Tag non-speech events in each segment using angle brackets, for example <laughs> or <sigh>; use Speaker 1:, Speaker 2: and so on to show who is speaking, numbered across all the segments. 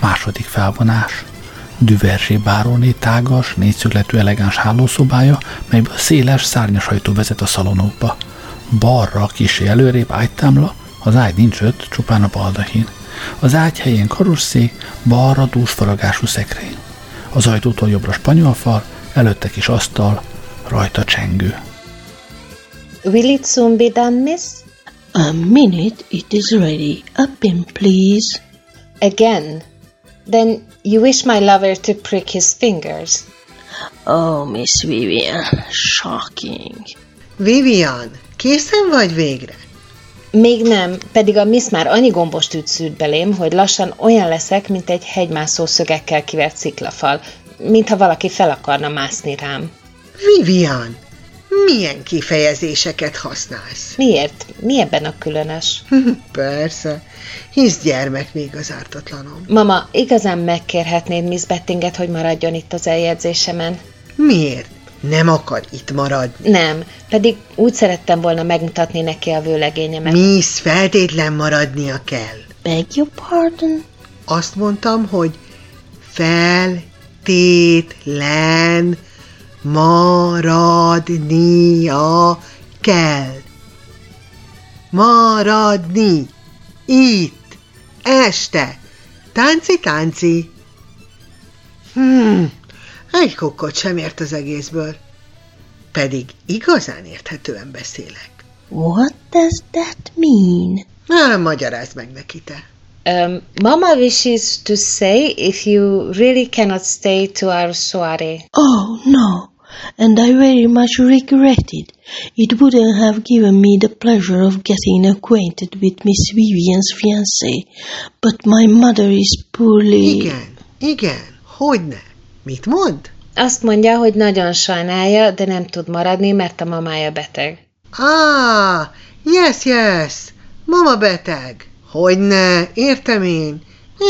Speaker 1: Második felvonás. Düversé báróné tágas, négyszögletű elegáns hálószobája, melyből széles szárnyas ajtó vezet a szalonokba. Balra, kisé előrébb ágytámla, az ágy nincs öt, csupán a baldahin. Az ágy helyén karosszék, balra dúsfaragású szekrény. Az ajtótól jobbra spanyol fal, előtte kis asztal, rajta csengő.
Speaker 2: Will it soon be done, miss?
Speaker 3: A minute it is ready. Up in, please.
Speaker 2: Again. Then you wish my lover to prick his fingers.
Speaker 3: Oh, Miss Vivian, shocking.
Speaker 4: Vivian, készen vagy végre?
Speaker 2: Még nem, pedig a Miss már annyi gombos tűt szűrt belém, hogy lassan olyan leszek, mint egy hegymászó szögekkel kivert sziklafal, mintha valaki fel akarna mászni rám.
Speaker 4: Vivian, milyen kifejezéseket használsz?
Speaker 2: Miért? Mi ebben a különös?
Speaker 4: Persze, hisz gyermek még az ártatlanom.
Speaker 2: Mama, igazán megkérhetnéd Miss Bettinget, hogy maradjon itt az eljegyzésemen?
Speaker 4: Miért? Nem akar itt maradni.
Speaker 2: Nem, pedig úgy szerettem volna megmutatni neki a vőlegényemet.
Speaker 4: Miss feltétlen maradnia kell.
Speaker 3: Beg your pardon?
Speaker 4: Azt mondtam, hogy feltétlen maradnia kell. Maradni. Itt. Este. Tánci, tánci. Hmm, egy kokkot sem ért az egészből. Pedig igazán érthetően beszélek.
Speaker 3: What does that mean?
Speaker 4: Na, magyarázd meg neki te.
Speaker 2: Um, Mama wishes to say if you really cannot stay to our soirée.
Speaker 3: Oh, no. And I very much regret it. It wouldn't have given me the pleasure of getting acquainted with Miss Vivian's fiancé, but my mother is poorly.
Speaker 4: Igen, igen, hogyne. Mit mond?
Speaker 2: Azt mondja, hogy nagyon sajnálja, de nem tud maradni, mert a mamája beteg.
Speaker 4: Ah, yes, yes, mama beteg. Hogyne, értem én.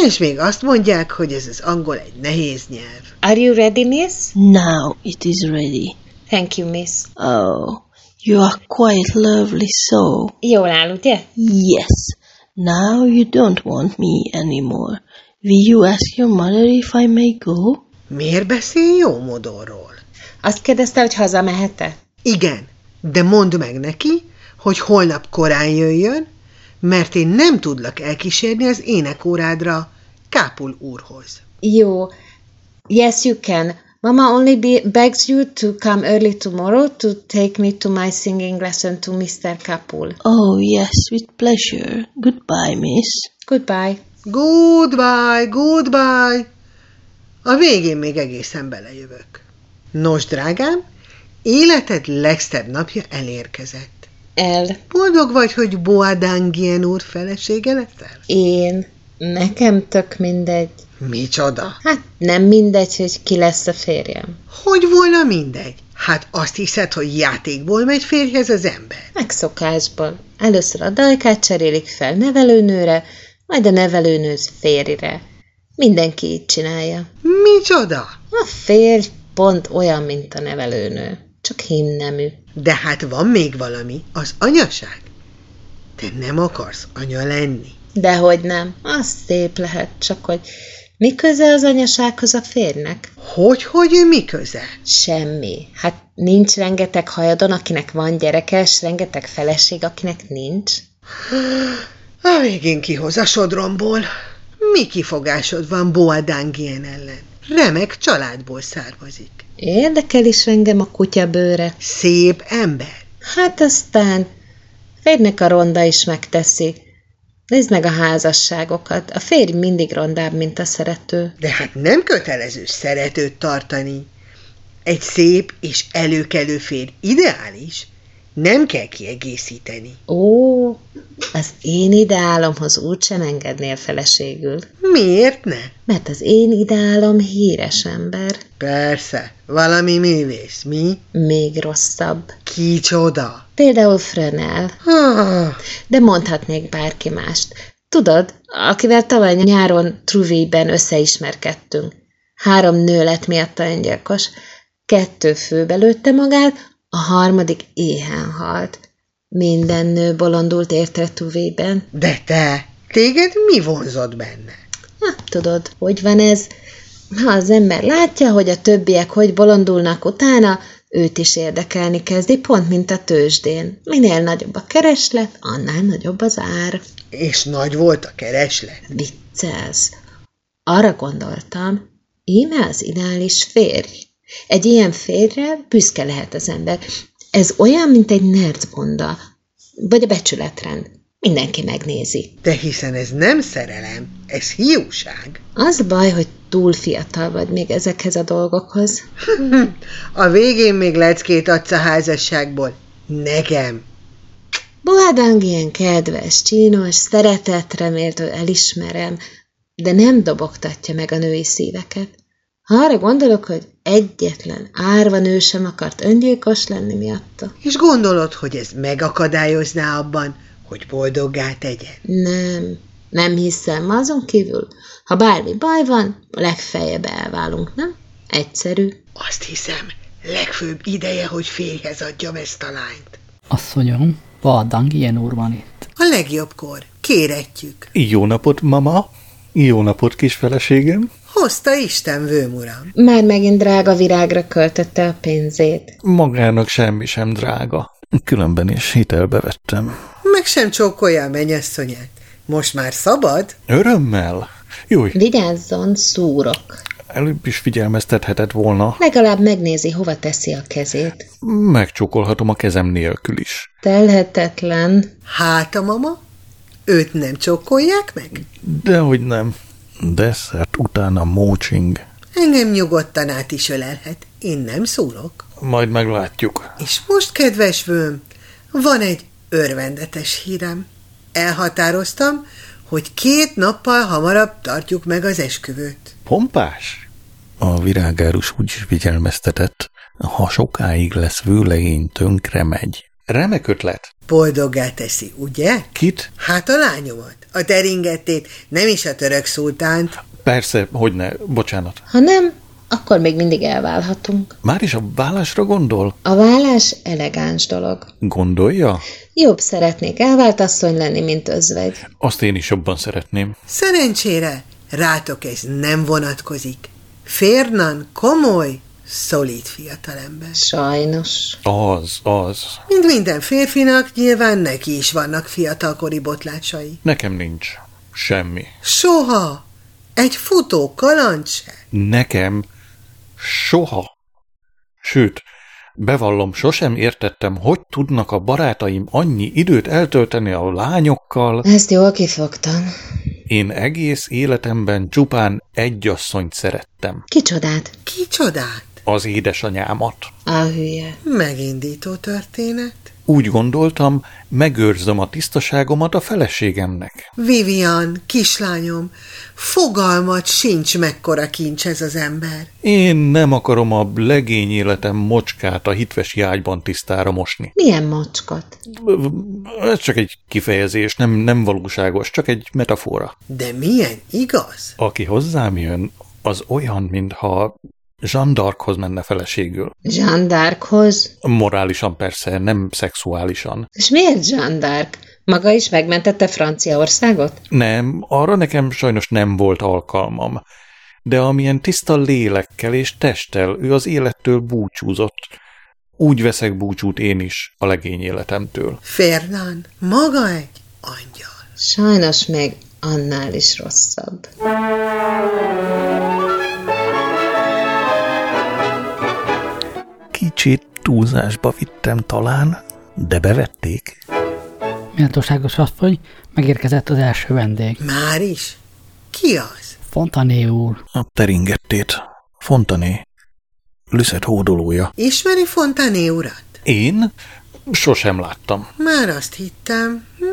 Speaker 4: És még azt mondják, hogy ez az angol egy nehéz nyelv.
Speaker 2: Are you ready, miss?
Speaker 3: Now it is ready.
Speaker 2: Thank you, miss.
Speaker 3: Oh, you are quite lovely soul.
Speaker 2: Jól áll, ugye?
Speaker 3: Yes. Now you don't want me anymore. Will you ask your mother if I may go?
Speaker 4: Miért beszél jó modorról?
Speaker 2: Azt kérdezte, hogy hazamehet-e?
Speaker 4: Igen, de mondd meg neki, hogy holnap korán jöjjön, mert én nem tudlak elkísérni az énekórádra Kápul úrhoz.
Speaker 2: Jó. Yes, you can. Mama only be, begs you to come early tomorrow to take me to my singing lesson to Mr. Kapul.
Speaker 3: Oh, yes, with pleasure. Goodbye, miss.
Speaker 2: Goodbye.
Speaker 4: Goodbye, goodbye! A végén még egészen belejövök. Nos, drágám, életed legszebb napja elérkezett.
Speaker 2: El.
Speaker 4: Boldog vagy, hogy Boadangien úr felesége leszel?
Speaker 2: Én. Nekem tök mindegy.
Speaker 4: Micsoda?
Speaker 2: Hát nem mindegy, hogy ki lesz a férjem.
Speaker 4: Hogy volna mindegy? Hát azt hiszed, hogy játékból megy férjhez az ember?
Speaker 2: Megszokásból. Először a dajkát cserélik fel nevelőnőre, majd a nevelőnőt férjre. Mindenki így csinálja.
Speaker 4: Micsoda?
Speaker 2: A férj pont olyan, mint a nevelőnő. Csak hímnemű.
Speaker 4: De hát van még valami, az anyaság. Te nem akarsz anya lenni.
Speaker 2: Dehogy nem. Az szép lehet, csak hogy mi köze az anyasághoz a férnek?
Speaker 4: Hogy, hogy ő mi köze?
Speaker 2: Semmi. Hát nincs rengeteg hajadon, akinek van gyereke, és rengeteg feleség, akinek nincs.
Speaker 4: A végén kihoz a sodromból. Mi kifogásod van Boadangien ellen? Remek családból származik.
Speaker 2: Érdekel is engem a kutya bőre.
Speaker 4: Szép ember.
Speaker 2: Hát aztán férnek a ronda is megteszi. Nézd meg a házasságokat. A férj mindig rondább, mint a szerető.
Speaker 4: De hát nem kötelező szeretőt tartani. Egy szép és előkelő férj ideális, nem kell kiegészíteni.
Speaker 2: Ó, az én ideálomhoz úgysem engednél feleségül,
Speaker 4: Miért ne?
Speaker 2: mert az én ideálom híres ember,
Speaker 4: Persze, valami művész, mi?
Speaker 2: még rosszabb.
Speaker 4: Kicsoda.
Speaker 2: Például Frönel,
Speaker 4: Ah,
Speaker 2: de mondhatnék bárki mást. Tudod, akivel tavaly nyáron Truvéjben összeismerkedtünk. Három nő lett miatta öngyilkos, kettő főbe lőtte magát, a harmadik éhen halt. Minden nő bolondult érte Truvéjben.
Speaker 4: de te, téged mi vonzott benne?
Speaker 2: Na, tudod, hogy van ez? Ha az ember látja, hogy a többiek hogy bolondulnak utána, őt is érdekelni kezdi, pont mint a tőzsdén. Minél nagyobb a kereslet, annál nagyobb az ár.
Speaker 4: És nagy volt a kereslet.
Speaker 2: Viccelsz. Arra gondoltam, íme az ideális férj. Egy ilyen férjre büszke lehet az ember. Ez olyan, mint egy nerdbonda, vagy a becsületrend. Mindenki megnézi.
Speaker 4: De hiszen ez nem szerelem, ez hiúság.
Speaker 2: Az baj, hogy túl fiatal vagy még ezekhez a dolgokhoz.
Speaker 4: A végén még leckét adsz a házasságból. Nekem.
Speaker 2: Boádang ilyen kedves, csinos, szeretetre méltó, elismerem, de nem dobogtatja meg a női szíveket. Ha arra gondolok, hogy egyetlen árva nő sem akart öngyilkos lenni miatta.
Speaker 4: És gondolod, hogy ez megakadályozná abban, hogy boldoggá tegyen?
Speaker 2: Nem, nem hiszem, azon kívül, ha bármi baj van, legfeljebb elválunk, nem? Egyszerű.
Speaker 4: Azt hiszem, legfőbb ideje, hogy férjhez adjam ezt a lányt.
Speaker 5: Asszonyom, Valdang ilyen úr van itt.
Speaker 4: A legjobbkor. Kéretjük.
Speaker 6: Jó napot, mama! Jó napot, kis feleségem!
Speaker 4: Hozta Isten vőm, uram.
Speaker 2: Már megint drága virágra költötte a pénzét.
Speaker 6: Magának semmi sem drága. Különben is hitelbe vettem.
Speaker 4: Meg sem csókolja a mennyasszonyát. Most már szabad?
Speaker 6: Örömmel? Júj,
Speaker 2: Vigyázzon, szúrok.
Speaker 6: előbb is figyelmeztethetett volna.
Speaker 2: Legalább megnézi, hova teszi a kezét.
Speaker 6: Megcsókolhatom a kezem nélkül is.
Speaker 2: Telhetetlen.
Speaker 4: Hát a mama? Őt nem csókolják meg?
Speaker 6: Dehogy nem. Desszert utána mócsing.
Speaker 4: Engem nyugodtan át is ölelhet. Én nem szólok.
Speaker 6: Majd meglátjuk.
Speaker 4: És most, kedves vőm, van egy örvendetes hírem. Elhatároztam, hogy két nappal hamarabb tartjuk meg az esküvőt.
Speaker 6: Pompás? A virágárus úgy is figyelmeztetett, ha sokáig lesz vőlegény, tönkre megy. Remek ötlet.
Speaker 4: Boldoggá teszi, ugye?
Speaker 6: Kit?
Speaker 4: Hát a lányomat, a teringettét, nem is a török szultánt.
Speaker 6: Persze, hogy ne, bocsánat.
Speaker 2: Ha nem, akkor még mindig elválhatunk.
Speaker 6: Már is a vállásra gondol?
Speaker 2: A vállás elegáns dolog.
Speaker 6: Gondolja?
Speaker 2: Jobb szeretnék elvált asszony lenni, mint özvegy.
Speaker 6: Azt én is jobban szeretném.
Speaker 4: Szerencsére rátok ez nem vonatkozik. Férnan komoly, szolid fiatalember.
Speaker 2: Sajnos.
Speaker 6: Az, az.
Speaker 4: Mint minden férfinak, nyilván neki is vannak fiatalkori botlásai.
Speaker 6: Nekem nincs. Semmi.
Speaker 4: Soha! Egy futó kaland se.
Speaker 6: Nekem soha. Sőt, bevallom, sosem értettem, hogy tudnak a barátaim annyi időt eltölteni a lányokkal.
Speaker 2: Ezt jól kifogtam.
Speaker 6: Én egész életemben csupán egy asszonyt szerettem.
Speaker 2: Kicsodát?
Speaker 4: Kicsodát!
Speaker 6: Az édesanyámat.
Speaker 2: A hülye.
Speaker 4: Megindító történet.
Speaker 6: Úgy gondoltam, megőrzöm a tisztaságomat a feleségemnek.
Speaker 4: Vivian, kislányom, fogalmat sincs mekkora kincs ez az ember.
Speaker 6: Én nem akarom a legény életem mocskát a hitves jágyban tisztára mosni.
Speaker 2: Milyen mocskot?
Speaker 6: Ez csak egy kifejezés, nem, nem valóságos, csak egy metafora.
Speaker 4: De milyen igaz?
Speaker 6: Aki hozzám jön, az olyan, mintha Jean d'Archoz menne feleségül.
Speaker 2: Zsandárkhoz?
Speaker 6: Morálisan persze, nem szexuálisan.
Speaker 2: És miért Zsandárk? Maga is megmentette Franciaországot?
Speaker 6: Nem, arra nekem sajnos nem volt alkalmam. De amilyen tiszta lélekkel és testtel ő az élettől búcsúzott, úgy veszek búcsút én is a legény életemtől.
Speaker 4: Fernán, maga egy angyal.
Speaker 2: Sajnos még annál is rosszabb.
Speaker 6: Kicsit túlzásba vittem talán, de bevették.
Speaker 5: Méltóságos asszony, megérkezett az első vendég.
Speaker 4: Már is? Ki az?
Speaker 5: Fontané úr.
Speaker 6: A teringettét. Fontané. Lüszet hódolója.
Speaker 4: Ismeri Fontané urat?
Speaker 6: Én? Sosem láttam.
Speaker 4: Már azt hittem. Hm?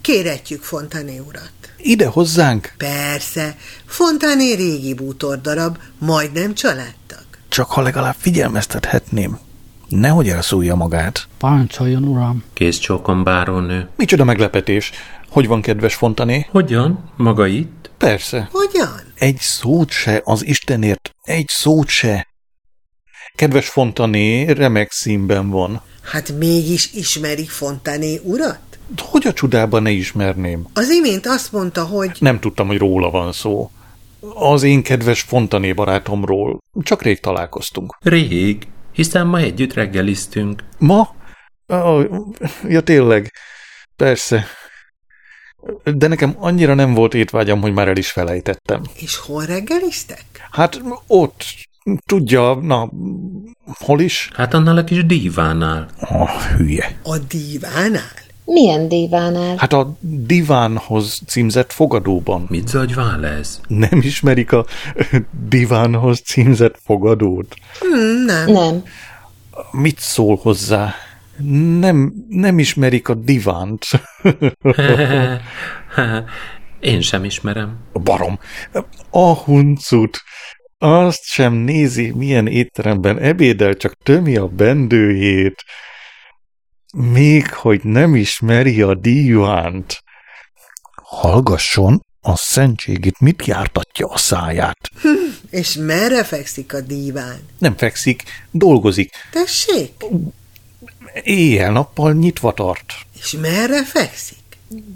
Speaker 4: Kéretjük Fontané urat.
Speaker 6: Ide hozzánk?
Speaker 4: Persze, Fontané régi bútordarab, majdnem családtag.
Speaker 6: Csak ha legalább figyelmeztethetném. Nehogy elszúrja magát.
Speaker 5: Parancsoljon, uram.
Speaker 7: Kész csókom, bárónő.
Speaker 6: Micsoda meglepetés. Hogy van, kedves Fontané?
Speaker 7: Hogyan? Maga itt?
Speaker 6: Persze.
Speaker 4: Hogyan?
Speaker 6: Egy szót se az Istenért. Egy szót se. Kedves Fontané, remek színben van.
Speaker 4: Hát mégis ismeri Fontané urat?
Speaker 6: Hogy a csodában ne ismerném?
Speaker 4: Az imént azt mondta, hogy
Speaker 6: Nem tudtam, hogy róla van szó. Az én kedves Fontané barátomról. Csak rég találkoztunk.
Speaker 7: Rég, hiszen ma együtt reggeliztünk.
Speaker 6: Ma? Ah, Ja, tényleg. Persze. De nekem annyira nem volt étvágyam, hogy már el is felejtettem.
Speaker 4: és hol reggeliztek?
Speaker 6: Hát ott, tudja, na, hol is?
Speaker 7: Hát annál a kis dívánál.
Speaker 6: Ah, hülye.
Speaker 4: A dívánál?
Speaker 2: Milyen dívánál?
Speaker 6: Hát a divánhoz címzett fogadóban.
Speaker 7: Mit zagyvál ez? <laughs>
Speaker 6: Nem ismerik a divánhoz címzett fogadót?
Speaker 4: Hmm, Nem.
Speaker 2: Nem.
Speaker 6: Mit szól hozzá? Nem, nem ismerik a divánt. <laughs>
Speaker 7: Én sem ismerem.
Speaker 6: Barom. A huncut. Azt sem nézi, milyen étteremben ebédel, csak tömi a bendőjét. Még hogy nem ismeri a díjuánt. Hallgasson, a szentségét mit jártatja a száját?
Speaker 4: És merre fekszik a díván?
Speaker 6: Nem fekszik, dolgozik,
Speaker 4: Tessék?
Speaker 6: éjjel-nappal nyitva tart.
Speaker 4: És merre fekszik?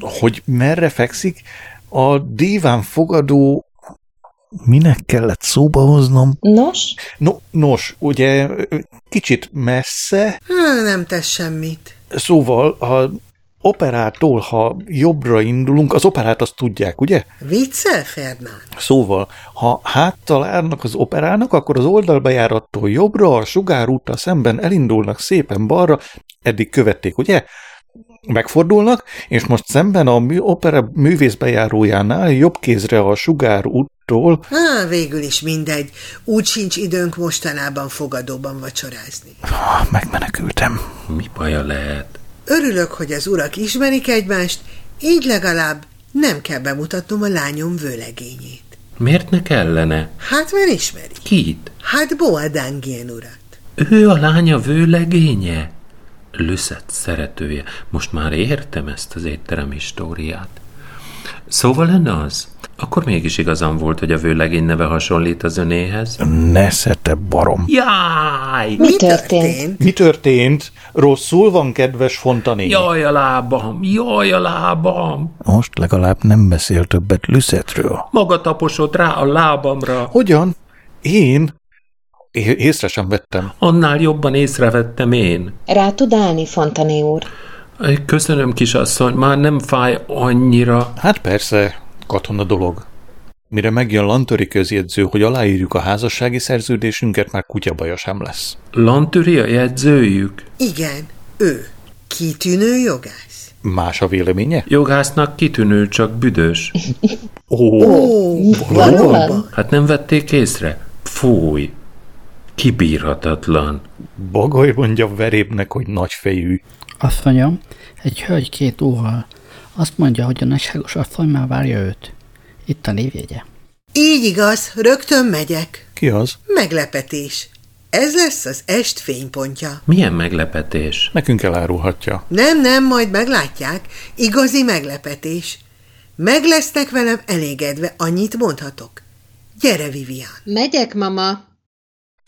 Speaker 6: Hogy merre fekszik? A díván fogadó... Minek kellett szóba hoznom?
Speaker 2: Nos?
Speaker 6: No, nos, ugye kicsit messze,
Speaker 4: Há, nem tesz semmit.
Speaker 6: szóval a operától, ha jobbra indulunk, az operát azt tudják, ugye?
Speaker 4: Viccel, Fernánd?
Speaker 6: Szóval, ha háttal állnak az operának, akkor az oldalbejárattól jobbra, a sugárúta szemben elindulnak szépen balra, eddig követték, ugye? Megfordulnak, és most szemben a mű, opera művészbejárójánál jobb kézre a sugárúttól,
Speaker 4: Há, végül is mindegy. Úgy sincs időnk mostanában fogadóban vacsorázni.
Speaker 6: Ah, megmenekültem.
Speaker 7: Mi baja lehet?
Speaker 4: Örülök, hogy az urak ismerik egymást, így legalább nem kell bemutatnom a lányom vőlegényét.
Speaker 7: Miért ne kellene?
Speaker 4: Hát mert ismeri.
Speaker 7: Kit?
Speaker 4: Hát Boadángien urat.
Speaker 7: Ő a lánya vőlegénye? Lüszet szeretője. Most már értem ezt az étterem históriát. Szóval lenne az? Akkor mégis igazam volt, hogy a vőlegény neve hasonlít az önéhez.
Speaker 6: Neszete barom.
Speaker 7: Jaj!
Speaker 2: Mi történt?
Speaker 6: Mi történt? Rosszul van, kedves Fontané?
Speaker 7: Jaj a lábam! Jaj a lábam!
Speaker 6: Most legalább nem beszél többet Lüszetről.
Speaker 7: Maga taposott rá a lábamra.
Speaker 6: Hogyan? Én? É- észre sem vettem.
Speaker 7: Annál jobban észrevettem én.
Speaker 2: Rá tud állni, Fontané úr?
Speaker 7: Köszönöm, kisasszony, már nem fáj annyira.
Speaker 6: Hát persze, katona dolog. Mire megjön Lantöri közjegyző, hogy aláírjuk a házassági szerződésünket, már kutyabaja sem lesz.
Speaker 7: Lantöri a jegyzőjük.
Speaker 4: Igen, ő. Kitűnő jogász.
Speaker 6: Más a véleménye?
Speaker 7: Jogásznak kitűnő, csak büdös.
Speaker 6: Ó,
Speaker 4: Ó,
Speaker 2: Valóban?
Speaker 7: Hát nem vették észre? Fúj! Kibírhatatlan.
Speaker 6: Bagoly mondja verébnek, hogy nagyfejű.
Speaker 5: Azt mondja, egy hölgy két óval. Azt mondja, hogy a nagyságos asszony már várja őt. Itt a névjegye.
Speaker 4: Így igaz, rögtön megyek.
Speaker 6: Ki az?
Speaker 4: Meglepetés. Ez lesz az est fénypontja.
Speaker 7: Milyen meglepetés.
Speaker 6: Nekünk elárulhatja.
Speaker 4: Nem, nem, majd meglátják. Igazi meglepetés. Meg lesznek velem elégedve, annyit mondhatok. Gyere, Vivian.
Speaker 2: Megyek, mama.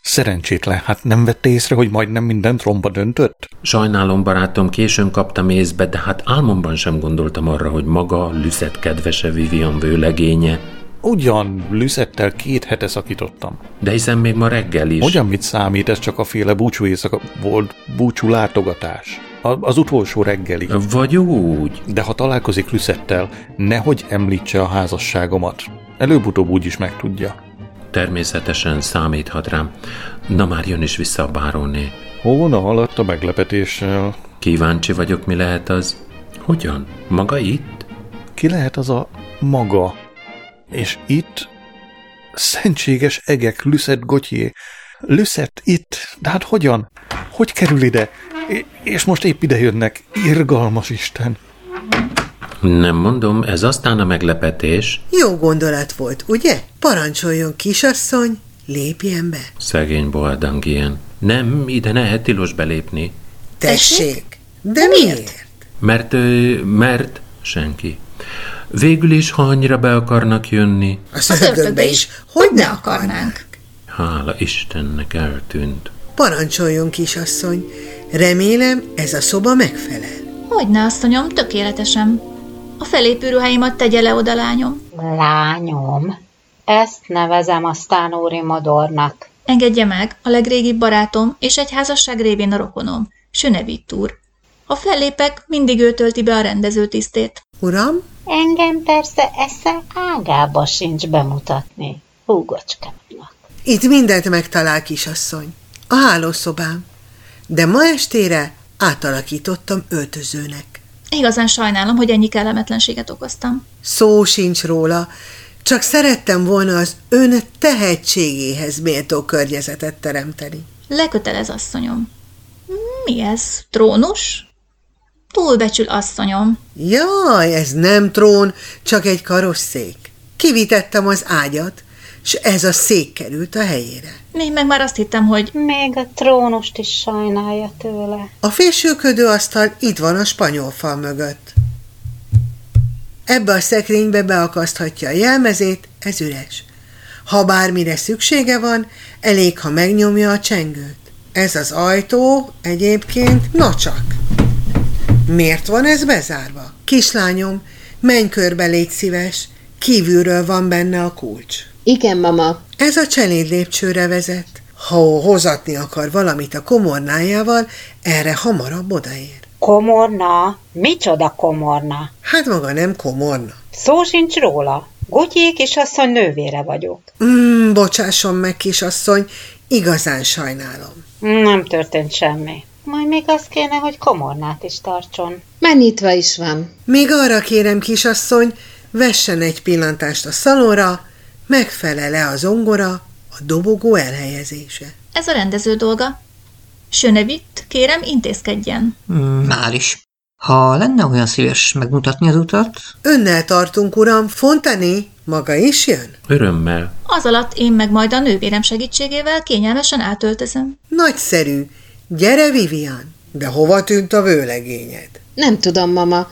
Speaker 6: Szerencsétlen, hát nem vette észre, hogy majdnem mindent romba döntött?
Speaker 7: Sajnálom, barátom, későn kaptam észbe, de hát álmomban sem gondoltam arra, hogy maga, Lüszet kedvese Vivian vőlegénye.
Speaker 6: Ugyan Lüszettel két hete szakítottam.
Speaker 7: De hiszen még ma reggel is.
Speaker 6: Hogyan mit számít, ez csak a féle búcsú éjszaka volt, búcsú látogatás. A, az utolsó reggeli.
Speaker 7: Vagy úgy.
Speaker 6: De ha találkozik Lüszettel, nehogy említse a házasságomat. Előbb-utóbb úgy is megtudja.
Speaker 7: Természetesen számíthat rám. Na már jön is vissza a báróné.
Speaker 6: Hóna haladt a meglepetéssel.
Speaker 7: Kíváncsi vagyok, mi lehet az. Hogyan? Maga itt?
Speaker 6: Ki lehet az a maga? És itt szentséges egek Lüszett Gotyé. Lüszett itt, de hát hogyan? Hogy kerül ide? É- és most épp ide jönnek. Irgalmas Isten.
Speaker 7: Nem mondom, ez aztán a meglepetés.
Speaker 4: Jó gondolat volt, ugye? Parancsoljon, kisasszony, lépjen be.
Speaker 7: Szegény Boadangien. Nem, ide ne, tilos belépni.
Speaker 4: Tessék. De miért?
Speaker 7: Mert, ö, mert senki. Végül is, ha annyira be akarnak jönni,
Speaker 4: Az ördögbe is. Hogy ne akarnánk?
Speaker 7: hála Istennek eltűnt.
Speaker 4: Parancsoljon, kisasszony. Remélem, ez a szoba megfelel.
Speaker 8: Hogyne, asszonyom, tökéletesen. A felépőruháimat tegye le oda, lányom.
Speaker 2: Lányom, ezt nevezem a sztánóri modornak.
Speaker 8: Engedje meg, a legrégibb barátom és egy házasság révén a rokonom, Sönevit úr. Ha fellépek, mindig ő tölti be a rendező tisztét.
Speaker 4: Uram,
Speaker 2: Engem persze esze ágába sincs bemutatni húgocskámnak.
Speaker 4: itt mindent megtalál, kisasszony. A hálószobám. De ma estére átalakítottam öltözőnek.
Speaker 8: Igazán sajnálom, hogy ennyi kellemetlenséget okoztam.
Speaker 4: Szó sincs róla, csak szerettem volna az ön tehetségéhez méltó környezetet teremteni.
Speaker 8: Lekötelez, asszonyom. Mi ez? Trónus? Túlbecsül, asszonyom.
Speaker 4: Jaj, ez nem trón, csak egy karosszék. Kivitettem az ágyat, s ez a szék került a helyére.
Speaker 8: Én meg már azt hittem, hogy
Speaker 2: Még a trónust is sajnálja tőle.
Speaker 4: A fésülködő asztal itt van a spanyol fal mögött. Ebbe a szekrénybe beakaszthatja a jelmezét, ez üres. Ha bármire szüksége van, elég, ha megnyomja a csengőt. Ez az ajtó egyébként nacsak. Miért van ez bezárva? Kislányom, menj körbe, légy szíves, kívülről van benne a kulcs.
Speaker 9: Igen, mama.
Speaker 4: Ez a cseléd lépcsőre vezet. Ha hozatni akar valamit a komornájával, erre hamarabb odaér.
Speaker 2: Komorna? Micsoda komorna?
Speaker 4: Hát maga nem komorna.
Speaker 2: Szó sincs róla. Gutyi kisasszony nővére vagyok.
Speaker 4: Mm, bocsásson meg, kisasszony, igazán sajnálom.
Speaker 2: Nem történt semmi. Majd még azt kéne, hogy komornát is tartson.
Speaker 9: Már nyitva is van.
Speaker 4: Még arra kérem, kisasszony, vessen egy pillantást a szalonra, megfelele a zongora, a dobogó elhelyezése.
Speaker 8: ez a rendező dolga. Sönevit, kérem, intézkedjen.
Speaker 10: Mm, Már is. Ha lenne olyan szíves megmutatni az utat,
Speaker 4: Önnel tartunk, uram, Fontané, maga is jön?
Speaker 7: Örömmel.
Speaker 8: Az alatt én meg majd a nővérem segítségével kényelmesen átöltözöm.
Speaker 4: Nagyszerű. Gyere, Vivian. De hova tűnt a vőlegényed?
Speaker 9: Nem tudom, mama.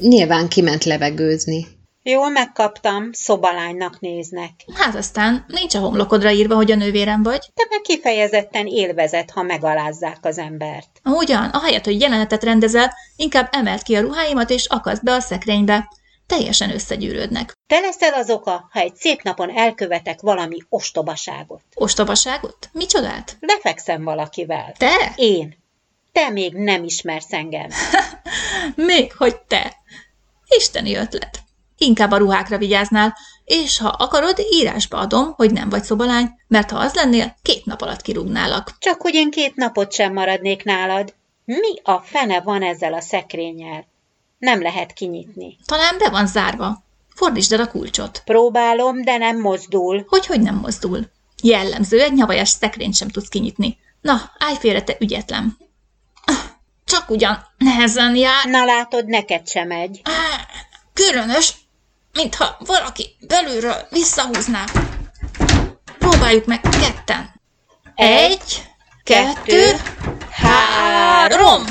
Speaker 9: Nyilván kiment levegőzni.
Speaker 2: Jól megkaptam, szobalánynak néznek.
Speaker 8: Hát aztán nincs a homlokodra írva, hogy a nővérem vagy.
Speaker 2: Te meg kifejezetten élvezed, ha megalázzák az embert.
Speaker 8: Ugyan, ahelyett, hogy jelenetet rendezel, inkább emelt ki a ruháimat és akaszd be a szekrénybe. Teljesen összegyűrődnek.
Speaker 2: Te leszel az oka, ha egy szép napon elkövetek valami ostobaságot.
Speaker 8: Ostobaságot? Micsodát?
Speaker 2: Lefekszem valakivel.
Speaker 8: Te?
Speaker 2: Én. Te még nem ismersz engem.
Speaker 8: Még hogy te! Isteni ötlet. Inkább a ruhákra vigyáznál, és ha akarod, írásba adom, hogy nem vagy szobalány, mert ha az lennél, két nap alatt kirúgnálak.
Speaker 2: Csak hogy én két napot sem maradnék nálad. Mi a fene van ezzel a szekrényel? Nem lehet kinyitni.
Speaker 8: Talán be van zárva. Fordítsd el a kulcsot.
Speaker 2: Próbálom, de nem mozdul.
Speaker 8: Hogy hogy nem mozdul? Jellemző, egy nyavajas szekrényt sem tudsz kinyitni. Na, állj félre, te ügyetlen. Ah, Csak ugyan nehezen jár.
Speaker 2: Na látod, neked sem megy.
Speaker 8: Á, Különös, mintha valaki belülről visszahúzná. Próbáljuk meg ketten. Egy, kettő, három!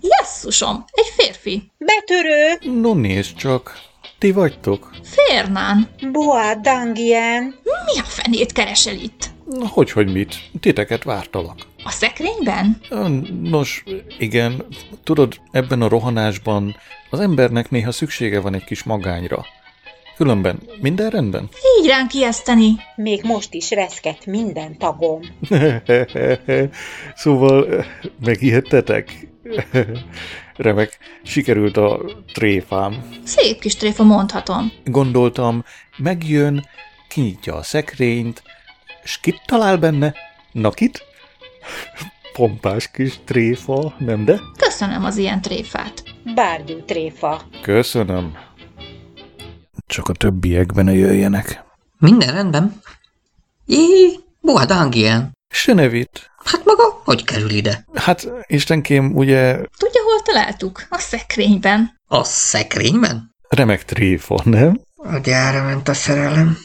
Speaker 8: Jesszusom, egy férfi.
Speaker 2: Betörő!
Speaker 6: No nézd csak, ti vagytok?
Speaker 8: Férnán.
Speaker 2: Boa Dangien!
Speaker 8: Mi a fenét keresel itt?
Speaker 6: Na, Hogy, hogy mit? Titeket vártalak.
Speaker 8: A szekrényben?
Speaker 6: Ö, Nos, igen, tudod, ebben a rohanásban az embernek néha szüksége van egy kis magányra. Különben minden rendben?
Speaker 8: Így ránk ijeszteni.
Speaker 2: Még most is reszket minden tagom.
Speaker 6: <laughs> szóval ö, megijedtetek? <laughs> Remek, sikerült a tréfám.
Speaker 8: Szép kis tréfa, mondhatom.
Speaker 6: Gondoltam, megjön, kinyitja a szekrényt, s kit talál benne? Na kit? Pompás kis tréfa, nem de?
Speaker 8: Köszönöm az ilyen tréfát.
Speaker 2: Bárgyú tréfa.
Speaker 6: Köszönöm. Csak a többiekben ne jöjjenek.
Speaker 10: minden rendben. Jé, bohad Angien.
Speaker 6: Sönevit.
Speaker 10: Hát maga hogy kerül ide?
Speaker 6: Hát, Istenkém, ugye
Speaker 8: Tudja, hol találtuk? A szekrényben.
Speaker 10: A szekrényben?
Speaker 6: remek tréfa, nem?
Speaker 10: A gyára ment a szerelem.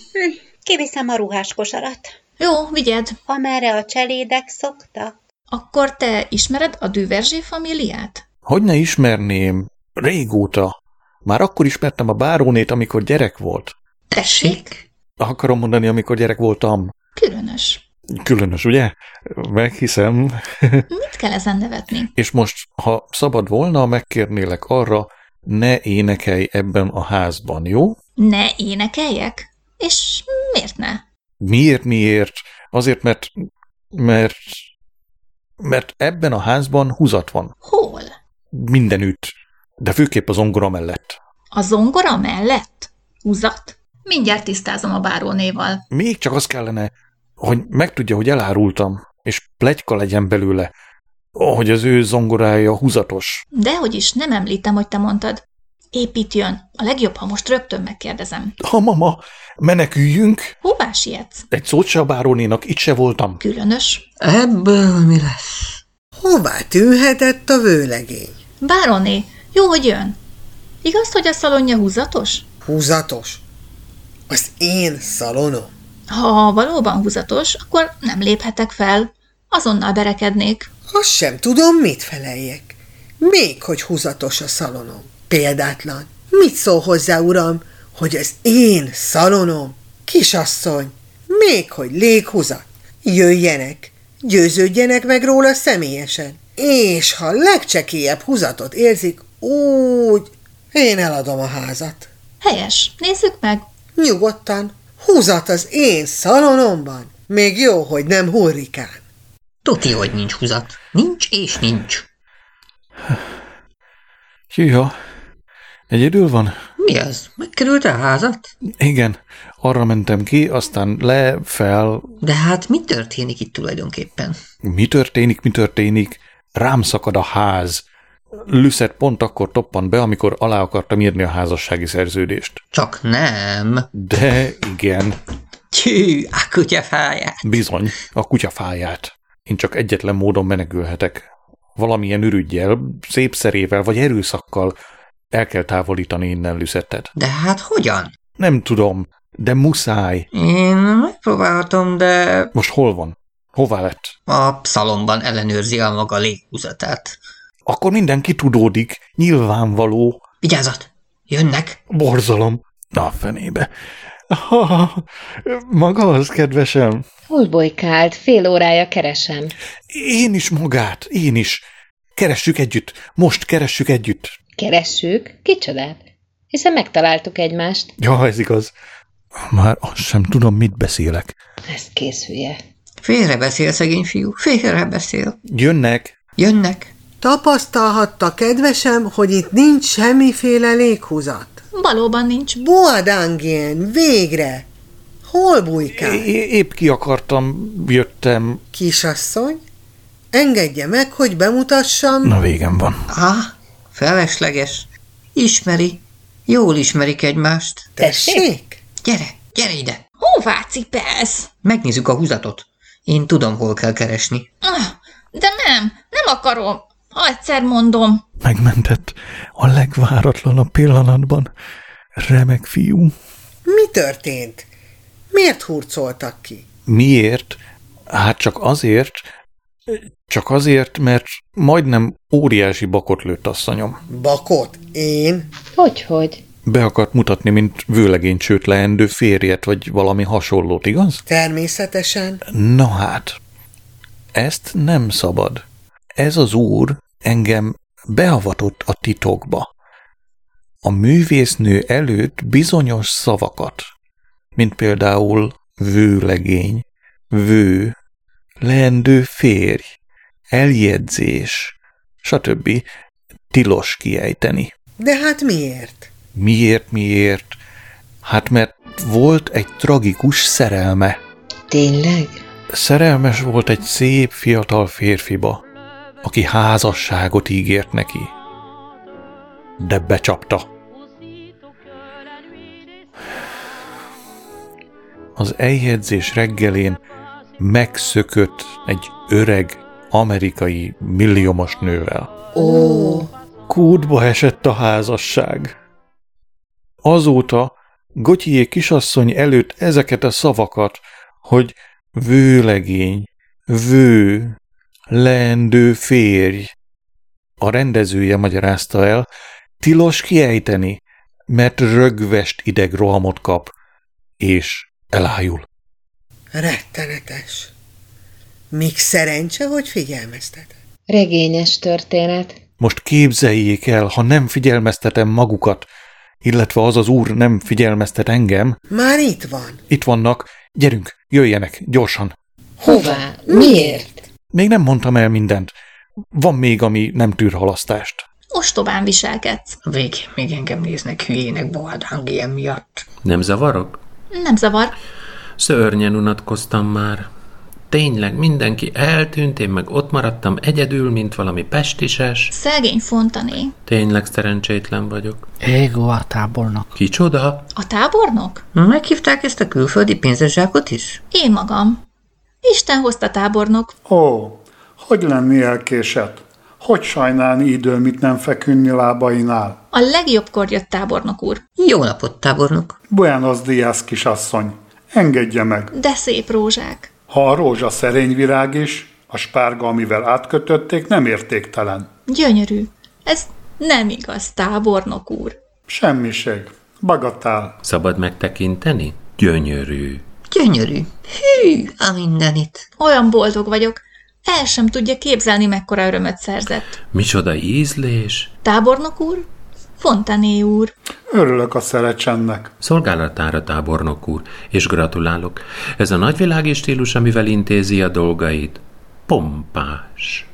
Speaker 2: Kiviszem a ruhás kosarat,
Speaker 8: Jó, vigyed.
Speaker 2: amerre a cselédek szoktak.
Speaker 8: Akkor te ismered a Duverzsé familiát?
Speaker 6: Hogy ne ismerném? Régóta. Már akkor ismertem a bárónét, amikor gyerek volt.
Speaker 8: Tessék?
Speaker 6: Akarom mondani, amikor gyerek voltam.
Speaker 8: Különös.
Speaker 6: Különös, ugye? Meghiszem.
Speaker 8: Mit kell ezen nevetni?
Speaker 6: És most, ha szabad volna, megkérnélek arra, ne énekelj ebben a házban, jó?
Speaker 8: Ne énekeljek? És miért ne?
Speaker 6: Miért, miért? Azért, mert, mert, mert ebben a házban húzat van.
Speaker 8: Hol?
Speaker 6: Mindenütt. De főképp az ongora mellett.
Speaker 8: A zongora mellett? Húzat? Mindjárt tisztázom a bárónéval.
Speaker 6: Még csak az kellene, hogy megtudja, hogy elárultam, és plegyka legyen belőle, hogy az ő zongorája húzatos.
Speaker 8: Dehogy is nem említem, hogy te mondtad. Építjön. A legjobb, ha most rögtön megkérdezem.
Speaker 6: Ha mama, meneküljünk!
Speaker 8: Hová sietsz?
Speaker 6: Egy szót se a bárónénak, itt se voltam.
Speaker 8: Különös.
Speaker 11: Ebből mi lesz?
Speaker 4: Hová tűnhetett a vőlegény?
Speaker 8: Bároné, jó, hogy jön. Igaz, hogy a szalonja húzatos?
Speaker 4: Húzatos. Az én szalonom.
Speaker 8: Ha valóban húzatos, akkor nem léphetek fel. Azonnal berekednék.
Speaker 4: Azt sem tudom, mit feleljek. Még hogy húzatos a szalonom. Példátlan. Mit szól hozzá, uram, hogy az én szalonom? Kisasszony, még hogy léghúzat. Jöjjenek, győződjenek meg róla személyesen. És ha legcsekélyebb húzatot érzik, úgy én eladom a házat.
Speaker 8: Helyes, nézzük meg.
Speaker 4: Nyugodtan, húzat az én szalonomban. Még jó, hogy nem hurrikán.
Speaker 11: Tuti, hogy nincs húzat. Nincs és nincs.
Speaker 6: Hűha, egyedül van?
Speaker 11: Mi az? Megkerült a házat?
Speaker 6: Igen, arra mentem ki, aztán le, fel,
Speaker 11: De hát mi történik itt tulajdonképpen?
Speaker 6: mi történik, mi történik, rám szakad a ház. Lüszet pont akkor toppant be, amikor alá akartam írni a házassági szerződést.
Speaker 11: Csak nem.
Speaker 6: De igen,
Speaker 11: Tű, a kutyafáját.
Speaker 6: bizony, a kutya fáját. Én csak egyetlen módon menekülhetek. Valamilyen ürügyjel, szép szerével vagy erőszakkal el kell távolítani innen Lüszettet.
Speaker 11: De hát hogyan?
Speaker 6: Nem tudom, de muszáj.
Speaker 11: Én megpróbálhatom, de
Speaker 6: Most hol van? Hová lett?
Speaker 11: a szalomban ellenőrzi a maga léghúzatát.
Speaker 6: Akkor mindenki tudódik, nyilvánvaló.
Speaker 11: Vigyázat! Jönnek!
Speaker 6: Borzalom. Na, a fenébe. Ha, maga az, kedvesem.
Speaker 2: Hol bolykált? Fél órája keresem.
Speaker 6: Én is magát, én is. Keressük együtt, most keressük együtt.
Speaker 2: Keressük? Kicsodát? Hiszen megtaláltuk egymást.
Speaker 6: Ja, ez igaz. Már azt sem tudom, mit beszélek.
Speaker 2: Ez készülje.
Speaker 11: Félre beszél, szegény fiú, félre beszél.
Speaker 6: Jönnek.
Speaker 11: Jönnek!
Speaker 4: Tapasztalhatta, kedvesem, hogy itt nincs semmiféle léghúzat.
Speaker 8: Valóban nincs.
Speaker 4: Boadangien, végre! Hol bujkál?
Speaker 6: É- épp ki akartam, jöttem.
Speaker 4: Kisasszony, engedje meg, hogy bemutassam.
Speaker 6: Na, végem van.
Speaker 11: Á, felesleges. Ismeri. Jól ismerik egymást.
Speaker 4: Tessék?
Speaker 11: Gyere, gyere ide!
Speaker 8: Hová cipelsz?
Speaker 11: Megnézzük a húzatot. Én tudom, hol kell keresni.
Speaker 8: Ah, De nem, nem akarom. Ha egyszer mondom.
Speaker 6: Megmentett a legváratlanabb pillanatban. Remek fiú.
Speaker 4: Mi történt? Miért hurcoltak ki?
Speaker 6: Miért? Hát csak azért, csak azért, mert majdnem óriási bakot lőtt asszonyom.
Speaker 4: Bakot? Én?
Speaker 2: Hogyhogy?
Speaker 6: Be akart mutatni, mint vőlegény, sőt leendő férjet, vagy valami hasonlót, igaz?
Speaker 4: Természetesen.
Speaker 6: Na hát, ezt nem szabad. Ez az úr engem beavatott a titokba. A művésznő előtt bizonyos szavakat, mint például vőlegény, vő, leendő férj, eljegyzés, stb. tilos kiejteni.
Speaker 4: De hát miért?
Speaker 6: Miért, miért? Hát mert volt egy tragikus szerelme.
Speaker 2: Tényleg?
Speaker 6: Szerelmes volt egy szép fiatal férfiba, aki házasságot ígért neki. De becsapta. Az eljegyzés reggelén megszökött egy öreg amerikai milliomos nővel.
Speaker 2: Ó,
Speaker 6: Kútba esett a házasság. Azóta Gotyé kisasszony előtt ezeket a szavakat, hogy vőlegény, vő, leendő férj. A rendezője magyarázta el, tilos kiejteni, mert rögvest idegrohamot kap, és elájul.
Speaker 4: Rettenetes. Még szerencse, hogy figyelmezteted.
Speaker 2: Regényes történet.
Speaker 6: Most képzeljék el, ha nem figyelmeztetem magukat, illetve az az úr nem figyelmeztet engem.
Speaker 4: Már itt van.
Speaker 6: Itt vannak, gyerünk, jöjjenek, gyorsan.
Speaker 2: Hová? Miért?
Speaker 6: Még nem mondtam el mindent. Van még, ami nem tűr halasztást.
Speaker 8: Ostobán viselkedsz.
Speaker 12: Végén még engem néznek hülyének bohádángi emiatt.
Speaker 7: Nem zavarok?
Speaker 8: Nem zavar.
Speaker 7: Szörnyen unatkoztam már. Tényleg mindenki eltűnt, én meg ott maradtam egyedül, mint valami pestises.
Speaker 8: Szegény fontani.
Speaker 7: Tényleg szerencsétlen vagyok.
Speaker 5: Égó a tábornok.
Speaker 7: Kicsoda?
Speaker 8: A tábornok?
Speaker 12: Meghívták ezt a külföldi pénzeszsákot is?
Speaker 8: Én magam. Isten hozta tábornok.
Speaker 10: Ó, hogy lenni elkésett? Hogy sajnálni idő, mit nem feküdni lábainál?
Speaker 8: A legjobbkor jött tábornok úr.
Speaker 12: Jó napot, tábornok!
Speaker 10: Buenos dias, kisasszony! Engedje meg!
Speaker 8: De szép rózsák.
Speaker 10: Ha a rózsa szerény virág is, a spárga, amivel átkötötték, nem értéktelen.
Speaker 8: Gyönyörű. Ez nem igaz, tábornok úr.
Speaker 10: Semmiség. Bagatál.
Speaker 7: Szabad megtekinteni? Gyönyörű.
Speaker 12: Gyönyörű. Hű, a mindenit.
Speaker 8: Olyan boldog vagyok. El sem tudja képzelni, mekkora örömet szerzett.
Speaker 7: Micsoda ízlés?
Speaker 8: Tábornok úr? Fontané úr.
Speaker 10: Örülök a szerecsennek.
Speaker 7: Szolgálatára tábornok úr, és gratulálok. Ez a nagyvilági stílus, amivel intézi a dolgait. Pompás.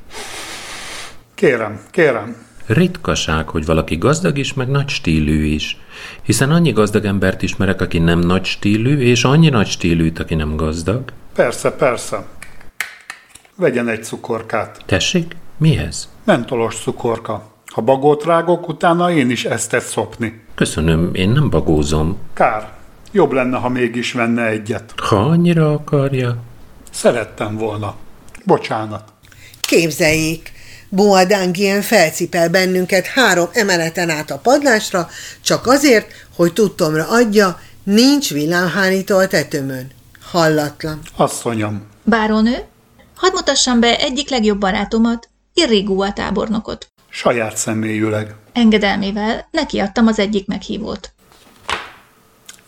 Speaker 10: Kérem, kérem.
Speaker 7: Ritkaság, hogy valaki gazdag is, meg nagy stílű is. Hiszen annyi gazdag embert ismerek, aki nem nagy stílű, és annyi nagy stílűt, aki nem gazdag.
Speaker 10: Persze, persze. Vegyen egy cukorkát.
Speaker 7: Tessék, mi ez?
Speaker 10: Mentolos cukorka. Ha bagót rágok, utána én is eztet szopni.
Speaker 7: Köszönöm, én nem bagózom.
Speaker 10: Kár. Jobb lenne, ha mégis venne egyet.
Speaker 7: Ha annyira akarja.
Speaker 10: Szerettem volna. Bocsánat.
Speaker 4: Képzeljék, Boadánk ilyen felcipel bennünket három emeleten át a padlásra, csak azért, hogy tudtomra adja, nincs villámhárító a tetőmön. Hallatlan.
Speaker 10: Asszonyom,
Speaker 8: Bárónő? Hadd mutassam be egyik legjobb barátomat, Irrigó a tábornokot.
Speaker 10: saját személyüleg.
Speaker 8: Engedelmével nekiadtam az egyik meghívót.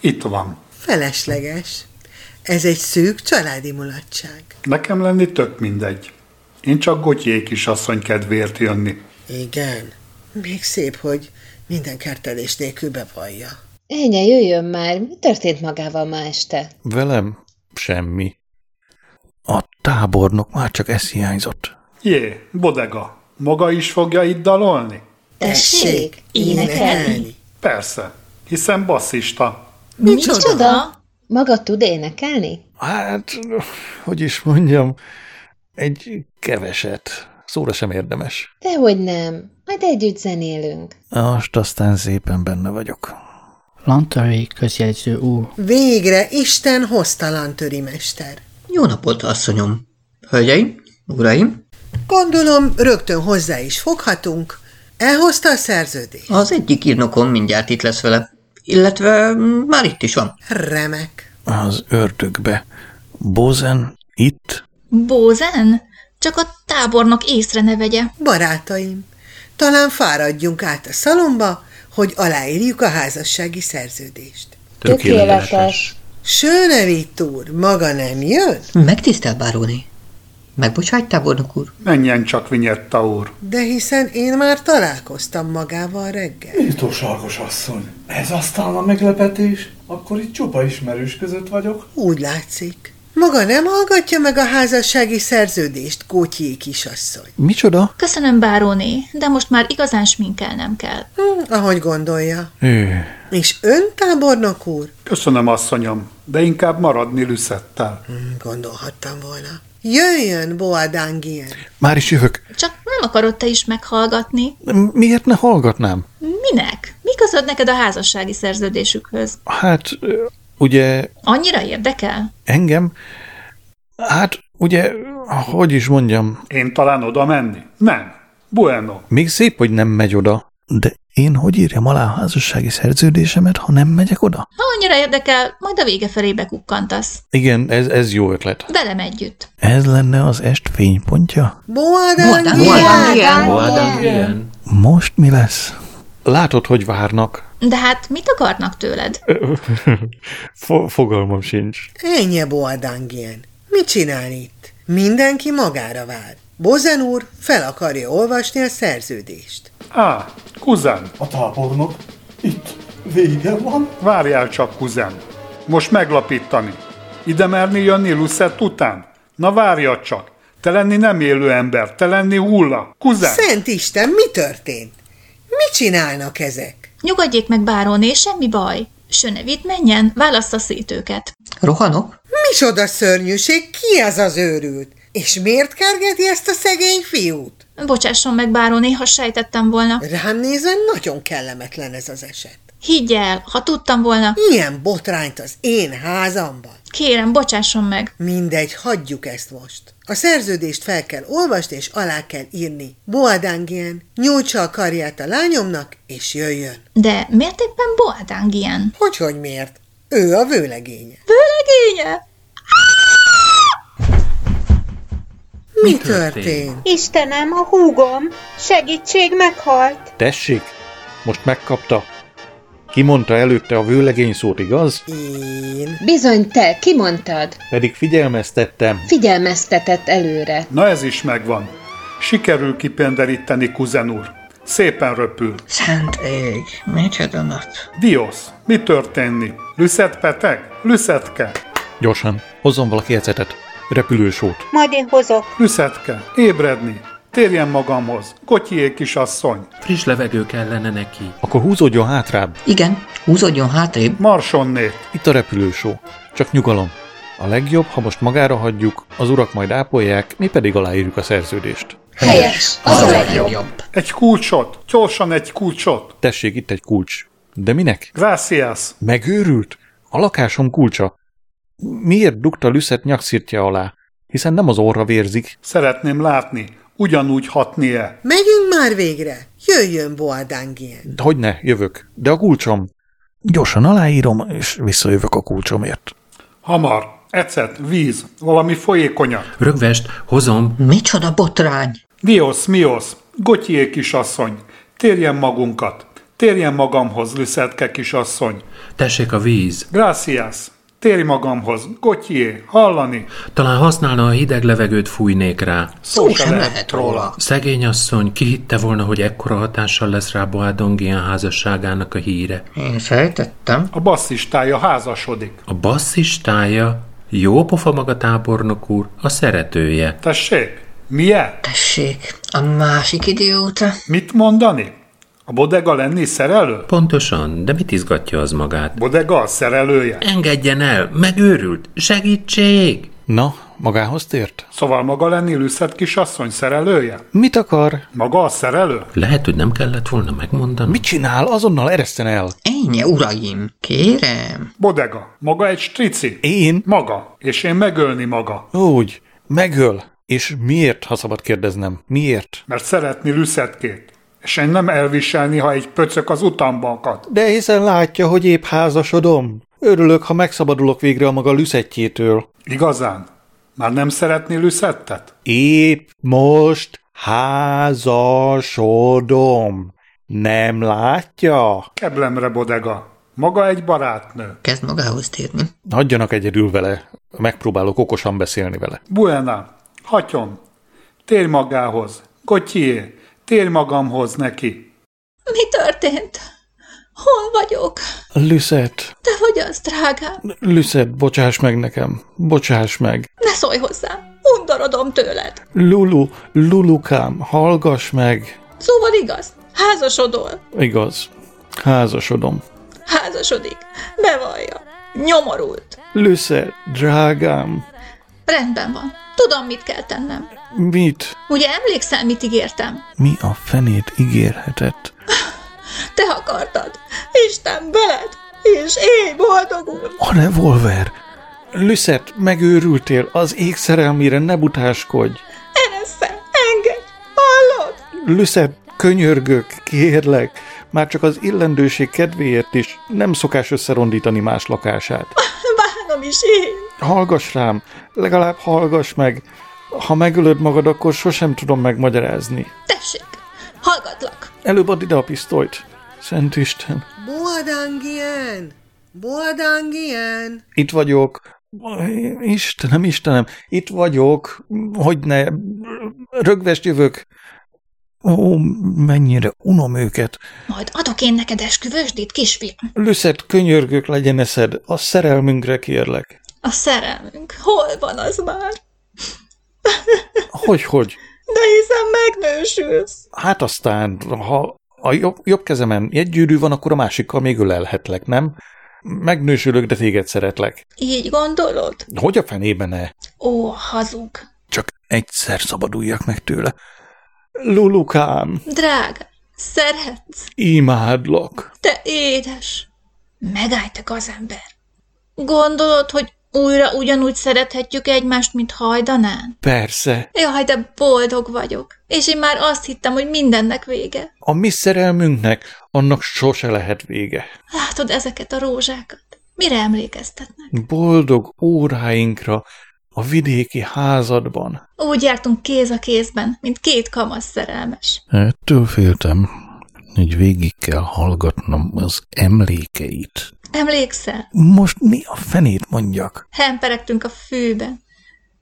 Speaker 10: Itt van.
Speaker 4: Felesleges. Ez egy szűk családi mulatság.
Speaker 10: Nekem lenni tök mindegy. Én csak Gotyék is asszony kedvéért jönni.
Speaker 4: Igen. Még szép, hogy minden kertelés nélkül bevallja.
Speaker 2: Enye, jöjjön már. Mi történt magával ma este?
Speaker 6: Velem semmi. A tábornok már csak ez hiányzott.
Speaker 10: Jé, bodega, maga is fogja itt dalolni?
Speaker 2: Tessék,
Speaker 8: énekelni.
Speaker 10: Persze, hiszen basszista.
Speaker 8: Micsoda?
Speaker 2: Maga tud énekelni?
Speaker 6: Hát, hogy is mondjam, egy keveset. Szóra sem érdemes.
Speaker 2: Dehogy nem. Majd együtt zenélünk.
Speaker 6: Most aztán szépen benne vagyok.
Speaker 5: Lantari közjegyző úr.
Speaker 4: Végre Isten hoztalan töri mester.
Speaker 12: Jó napot, asszonyom! Hölgyeim, uraim!
Speaker 4: Gondolom, rögtön hozzá is foghatunk. Elhozta a szerződést?
Speaker 12: Az egyik írnokom mindjárt itt lesz vele. Illetve mm, már itt is van.
Speaker 4: Remek.
Speaker 6: Az ördögbe. Bozen itt?
Speaker 8: Bózen? Csak a tábornok észre ne vegye.
Speaker 4: Barátaim, talán fáradjunk át a szalomba, hogy aláírjuk a házassági szerződést. Sőnevít úr, maga nem jön?
Speaker 12: Megtisztel, báróné! Megbocsájt, tábornok úr!
Speaker 10: Menjen csak, Vinyetta úr.
Speaker 4: De hiszen én már találkoztam magával reggel.
Speaker 13: Utóságos asszony, ez aztán a meglepetés? Akkor itt csupa ismerős között vagyok.
Speaker 4: Úgy látszik. Maga nem hallgatja meg a házassági szerződést, Kótyi kisasszony.
Speaker 6: Micsoda?
Speaker 8: Köszönöm, báróné, de most már igazán sminkelnem kell.
Speaker 4: Hm, ahogy gondolja.
Speaker 6: Ő.
Speaker 4: És ön, tábornok úr?
Speaker 10: Köszönöm, asszonyom, de inkább maradni Lüszettel.
Speaker 4: Hm, Gondolhattam volna. Jöjjön, Boadángien.
Speaker 6: Már is jövök.
Speaker 8: Csak nem akarod te is meghallgatni.
Speaker 6: Miért ne hallgatnám?
Speaker 8: Minek? Mi közöd neked a házassági szerződésükhöz?
Speaker 6: Hát, ugye,
Speaker 8: Annyira érdekel?
Speaker 6: engem, hát, ugye, hogy is mondjam,
Speaker 10: Én talán oda menni? Nem. Bueno.
Speaker 6: még szép, hogy nem megy oda. De én hogy írjam alá a házassági szerződésemet, ha nem megyek oda?
Speaker 8: Ha annyira érdekel, majd a vége felé bekukkantasz.
Speaker 6: Igen, ez, ez jó ötlet.
Speaker 8: Velem együtt.
Speaker 6: Ez lenne az est fénypontja?
Speaker 4: Boadángien!
Speaker 7: Boldog ilyen.
Speaker 6: Most mi lesz? Látod, hogy <laughs> várnak.
Speaker 8: De hát mit akarnak tőled?
Speaker 6: Fogalmam sincs.
Speaker 4: Ennyi, Boadángien. Mit csinál itt? Mindenki magára vár. Bozen úr fel akarja olvasni a szerződést.
Speaker 10: Á, kuzen!
Speaker 13: A tábornok itt vége van?
Speaker 10: Várjál csak, kuzen! Most meglapítani. Ide merni jönni Lucett után? Na várja csak! Te lenni nem élő ember, te lenni hulla. Kuzen!
Speaker 4: Szent Isten, mi történt? Mit csinálnak ezek?
Speaker 8: Nyugodjék meg, báróné, semmi baj. Sönevit menjen, válassza szét őket.
Speaker 12: Rohanok?
Speaker 4: Micsoda szörnyűség, ki ez az őrült? És miért kergeti ezt a szegény fiút?
Speaker 8: Bocsásson meg, báróné, ha sejtettem volna.
Speaker 4: Rám nézve nagyon kellemetlen ez az eset.
Speaker 8: Higgy el, ha tudtam volna.
Speaker 4: Ilyen botrányt az én házamban.
Speaker 8: Kérem, bocsásson meg.
Speaker 4: Mindegy, hagyjuk ezt most. A szerződést fel kell olvasni, és alá kell írni. Boadángien, nyújtsa a karját a lányomnak, és jöjjön.
Speaker 8: De miért éppen boldánk ilyen?
Speaker 4: Hogyhogy miért? Ő a vőlegénye.
Speaker 8: Vőlegénye?
Speaker 4: Mi történt?
Speaker 14: Istenem, a húgom! Segítség meghalt!
Speaker 6: Tessék, most megkapta. Kimondta előtte a vőlegény szót, igaz?
Speaker 4: Én?
Speaker 2: Bizony te, kimondtad?
Speaker 6: Pedig figyelmeztettem.
Speaker 2: Figyelmeztetett előre.
Speaker 10: Na ez is megvan. Sikerül kipenderíteni, kuzen úr. Szépen röpül.
Speaker 12: Szent ég, micsoda nap.
Speaker 10: Diosz, mi történni? Lüszet peteg? Lüszetke?
Speaker 6: Gyorsan, hozzon valaki ecetet. Repülősót.
Speaker 14: Majd én hozok.
Speaker 10: Lüszetke, ébredni. Térjen magamhoz. Kotyié kisasszony.
Speaker 7: Friss levegő kellene neki.
Speaker 6: Akkor húzódjon hátrább.
Speaker 12: Igen, húzódjon hátrébb.
Speaker 10: Marsonnét.
Speaker 6: Itt a repülősó. Csak nyugalom. A legjobb, ha most magára hagyjuk, az urak majd ápolják, mi pedig aláírjuk a szerződést.
Speaker 2: Helyes, az a legjobb.
Speaker 10: Egy kulcsot. Gyorsan egy kulcsot.
Speaker 6: Tessék, itt egy kulcs. De minek?
Speaker 10: Gracias.
Speaker 6: Megőrült? A lakásom kulcsa. Miért dugta Lüszet nyakszirtja alá? Hiszen nem az orra vérzik.
Speaker 10: Szeretném látni. Ugyanúgy hatni-e?
Speaker 4: Megyünk már végre. Jöjjön Boadángien.
Speaker 6: De Hogy ne, jövök. De a kulcsom. Gyorsan aláírom, és visszajövök a kulcsomért.
Speaker 10: Hamar. Ecet, víz, valami folyékonyak.
Speaker 7: Rögvest, hozom.
Speaker 12: Micsoda botrány.
Speaker 10: Diosz, miosz, gotyé kisasszony. Térjen magunkat. Térjen magamhoz, Lüszetke kisasszony.
Speaker 7: Tessék a víz.
Speaker 10: Gracias. Térj magamhoz, gotyé, hallani.
Speaker 7: Talán használna a hideg levegőt, fújnék rá.
Speaker 12: Szó sem lehet róla.
Speaker 7: Szegény asszony, ki hitte volna, hogy ekkora hatással lesz rá Boádongian házasságának a híre?
Speaker 12: Én sejtettem.
Speaker 10: A basszistája házasodik.
Speaker 7: A basszistája, jó pofa maga tábornok úr, a szeretője.
Speaker 10: Tessék, milyen?
Speaker 12: Tessék, a másik idióta.
Speaker 10: Mit mondani? A bodega lenni szerelő?
Speaker 7: Pontosan, de mit izgatja az magát?
Speaker 10: Bodega a szerelője.
Speaker 7: Engedjen el, megőrült, segítség!
Speaker 6: Na, magához tért?
Speaker 10: Szóval maga lenni Lüsszet kisasszony szerelője?
Speaker 6: Mit akar?
Speaker 10: Maga a szerelő?
Speaker 7: Lehet, hogy nem kellett volna megmondani.
Speaker 6: Mit csinál? Azonnal ereszten el.
Speaker 12: Ennyi, uraim, kérem.
Speaker 10: Bodega. Maga egy strici.
Speaker 6: Én?
Speaker 10: Maga. És én megölni maga.
Speaker 6: Úgy, megöl. És miért, ha szabad kérdeznem? Miért?
Speaker 10: Mert szeretni Lüsszetkét. És én nem elviselni, ha egy pöcök az utamba akad.
Speaker 6: De hiszen látja, hogy épp házasodom. Örülök, ha megszabadulok végre a maga lüszettjétől.
Speaker 10: Igazán? Már nem szeretni Lüsszettet?
Speaker 6: Épp most házasodom. Nem látja?
Speaker 10: Keblemre, Bodega. Maga egy barátnő.
Speaker 12: Kezd magához térni.
Speaker 6: Hagyjanak egyedül vele. Megpróbálok okosan beszélni vele.
Speaker 10: Buena, hatyon. Térj magához. Kotyié, térj magamhoz neki.
Speaker 8: Mi történt? Hol vagyok?
Speaker 6: Lüszet,
Speaker 8: Te vagy az, drágám.
Speaker 6: Lüszet, bocsáss meg nekem. Bocsáss meg.
Speaker 8: Ne szólj hozzám. Undorodom tőled.
Speaker 6: Lulu, Lulukám, hallgass meg.
Speaker 8: Szóval igaz. Házasodol.
Speaker 6: Igaz. Házasodom.
Speaker 8: Házasodik. Bevallja. Nyomorult.
Speaker 6: Lüszet, drágám,
Speaker 8: Rendben van. Tudom, mit kell tennem.
Speaker 6: mit?
Speaker 8: Ugye emlékszel, mit ígértem?
Speaker 6: Mi a fenét ígérhetett?
Speaker 8: Te akartad. Isten veled. És én boldogul.
Speaker 6: A revolver! Lüszet, megőrültél, az ég szerelmére ne butáskodj!
Speaker 8: Eresze, engedj. Hallod?
Speaker 6: Lüszet, könyörgök, kérlek, már csak az illendőség kedvéért is nem szokás összerondítani más lakását.
Speaker 8: Bánom is én.
Speaker 6: Hallgass rám, legalább hallgass meg. Ha megölöd magad, akkor sosem tudom megmagyarázni.
Speaker 8: Tessék, hallgatlak.
Speaker 6: Előbb add ide a pisztolyt. Szent Isten,
Speaker 4: Boadángien! Boadángien!
Speaker 6: itt vagyok, Istenem, Istenem, itt vagyok, hogy ne, rögvest jövök. Ó, mennyire unom őket.
Speaker 8: Majd adok én neked esküvősdít, kisfiam.
Speaker 6: Lüszet, könyörgök legyen eszed, a szerelmünkre kérlek.
Speaker 8: A szerelmünk, hol van az már?
Speaker 6: Hogy, hogy?
Speaker 8: De hiszen megnősülsz.
Speaker 6: Hát aztán, ha a jobb, jobb kezemen egy gyűrű van, akkor a másikkal még ölelhetlek, nem? Megnősülök, de téged szeretlek.
Speaker 8: Így gondolod?
Speaker 6: Hogy a fenébe ne?
Speaker 8: Ó, hazug.
Speaker 6: Csak egyszer szabaduljak meg tőle. Lulukám,
Speaker 8: Drága, szeretsz,
Speaker 6: imádlak.
Speaker 8: te édes. Megálltak az ember. Gondolod, hogy újra ugyanúgy szerethetjük egymást, mint hajdanán?
Speaker 6: Persze,
Speaker 8: Jaj, de boldog vagyok. És én már azt hittem, hogy mindennek vége.
Speaker 6: a mi szerelmünknek annak sose lehet vége.
Speaker 8: Látod ezeket a rózsákat? Mire emlékeztetnek?
Speaker 6: Boldog óráinkra a vidéki házadban.
Speaker 8: Úgy jártunk kéz a kézben, mint két kamasz szerelmes.
Speaker 15: Ettől féltem, hogy végig kell hallgatnom az emlékeit.
Speaker 8: Emlékszel?
Speaker 6: Most mi a fenét mondjak?
Speaker 8: Hemperegtünk a fűben,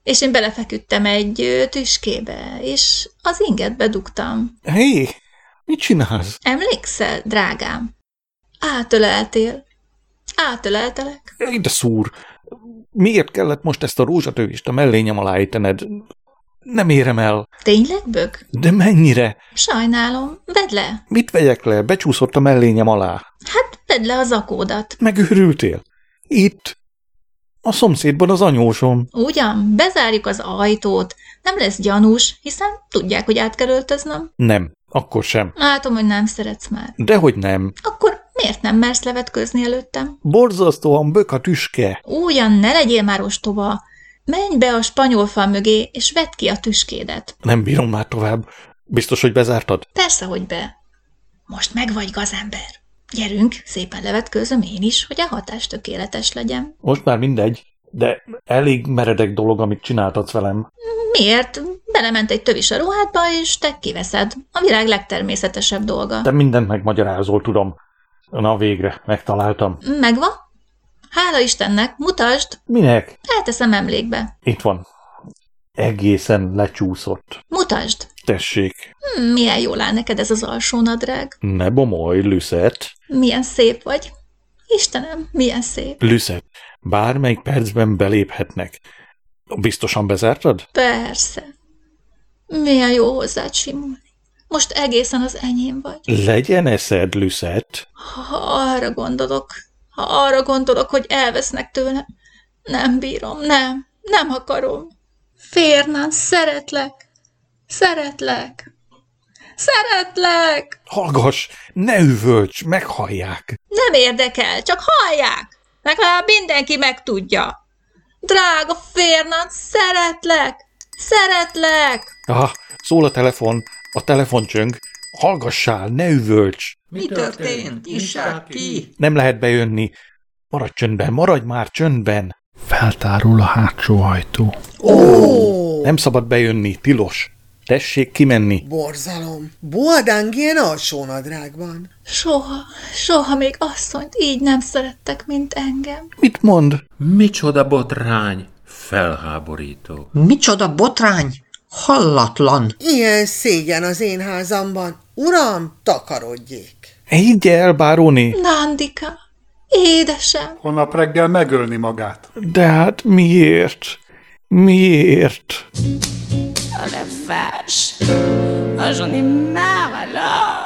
Speaker 8: és én belefeküdtem egy ö, tüskébe, és az inget bedugtam.
Speaker 6: Hé, hey, mit csinálsz?
Speaker 8: Emlékszel, drágám? Átöleltél. Átöleltelek.
Speaker 6: Jaj, de szúr! Miért kellett most ezt a rózsatövist a mellényem alá ejtened? Nem érem el.
Speaker 8: Tényleg, bög?
Speaker 6: De mennyire?
Speaker 8: Sajnálom. Vedd le.
Speaker 6: Mit vegyek le? Becsúszott a mellényem alá.
Speaker 8: Hát, vedd le az akódat.
Speaker 6: Megőrültél? Itt? A szomszédban az anyósom.
Speaker 8: Ugyan, bezárjuk az ajtót. Nem lesz gyanús, hiszen tudják, hogy át kell öltöznöm.
Speaker 6: Nem, akkor sem.
Speaker 8: Látom, hogy nem szeretsz már.
Speaker 6: Dehogy nem.
Speaker 8: Akkor miért nem mersz levetkőzni előttem?
Speaker 6: Borzasztóan bök a tüske.
Speaker 8: Ugyan, ne legyél már ostoba. Menj be a spanyol fal mögé, és vedd ki a tüskédet.
Speaker 6: Nem bírom már tovább. Biztos, hogy bezártad?
Speaker 8: Persze, hogy be. Most meg vagy gazember. Gyerünk, szépen levetkőzöm én is, hogy a hatás tökéletes legyen.
Speaker 6: Most már mindegy, de elég meredek dolog, amit csináltatsz velem.
Speaker 8: Miért? Belement egy tövis a ruhádba, és te kiveszed. A világ legtermészetesebb dolga.
Speaker 6: Te mindent megmagyarázol, tudom. Na végre, megtaláltam.
Speaker 8: Megvan? Hála Istennek, mutasd,
Speaker 6: Minek?
Speaker 8: elteszem emlékbe.
Speaker 6: Itt van. Egészen lecsúszott.
Speaker 8: Mutasd.
Speaker 6: Tessék,
Speaker 8: Hm, milyen jól áll neked ez az alsó nadrág.
Speaker 6: ne bomolj, Lüszet.
Speaker 8: Milyen szép vagy. Istenem, milyen szép.
Speaker 6: Lüszet, bármelyik percben beléphetnek. Biztosan bezártad?
Speaker 8: Persze. Milyen jó hozzád simulni. Most egészen az enyém vagy.
Speaker 6: Legyen eszed, Lüszet.
Speaker 8: Ha arra gondolok, ha arra gondolok, hogy elvesznek tőlem, nem bírom, nem, nem akarom. Férnán, szeretlek, szeretlek, szeretlek,
Speaker 6: Hallgass, ne üvölts, meghallják.
Speaker 8: nem érdekel, csak hallják, legalább mindenki megtudja. Drága Férnán, szeretlek, szeretlek,
Speaker 6: Aha, szól a telefon, a telefon csöng. Hallgassál, ne üvölts!
Speaker 12: Mi történt? Nyissák ki!
Speaker 6: Nem lehet bejönni. Maradj csöndben, maradj már csöndben!
Speaker 1: Feltárul a hátsó ajtó.
Speaker 6: Nem szabad bejönni, tilos. Tessék kimenni.
Speaker 4: Borzalom. Boldáng ilyen alsónadrágban.
Speaker 8: Soha, soha még asszonyt így nem szerettek, mint engem.
Speaker 6: Mit mond?
Speaker 7: Micsoda botrány! Felháborító.
Speaker 12: Micsoda botrány! Hallatlan!
Speaker 4: Ilyen szégyen az én házamban. Uram, takarodjék.
Speaker 6: Higgye el, báróni!
Speaker 8: Nándika, édesem,
Speaker 10: Holnap reggel megölni magát.
Speaker 6: De hát miért? Miért?
Speaker 16: Oh la vache, oh, j'en ai marre alors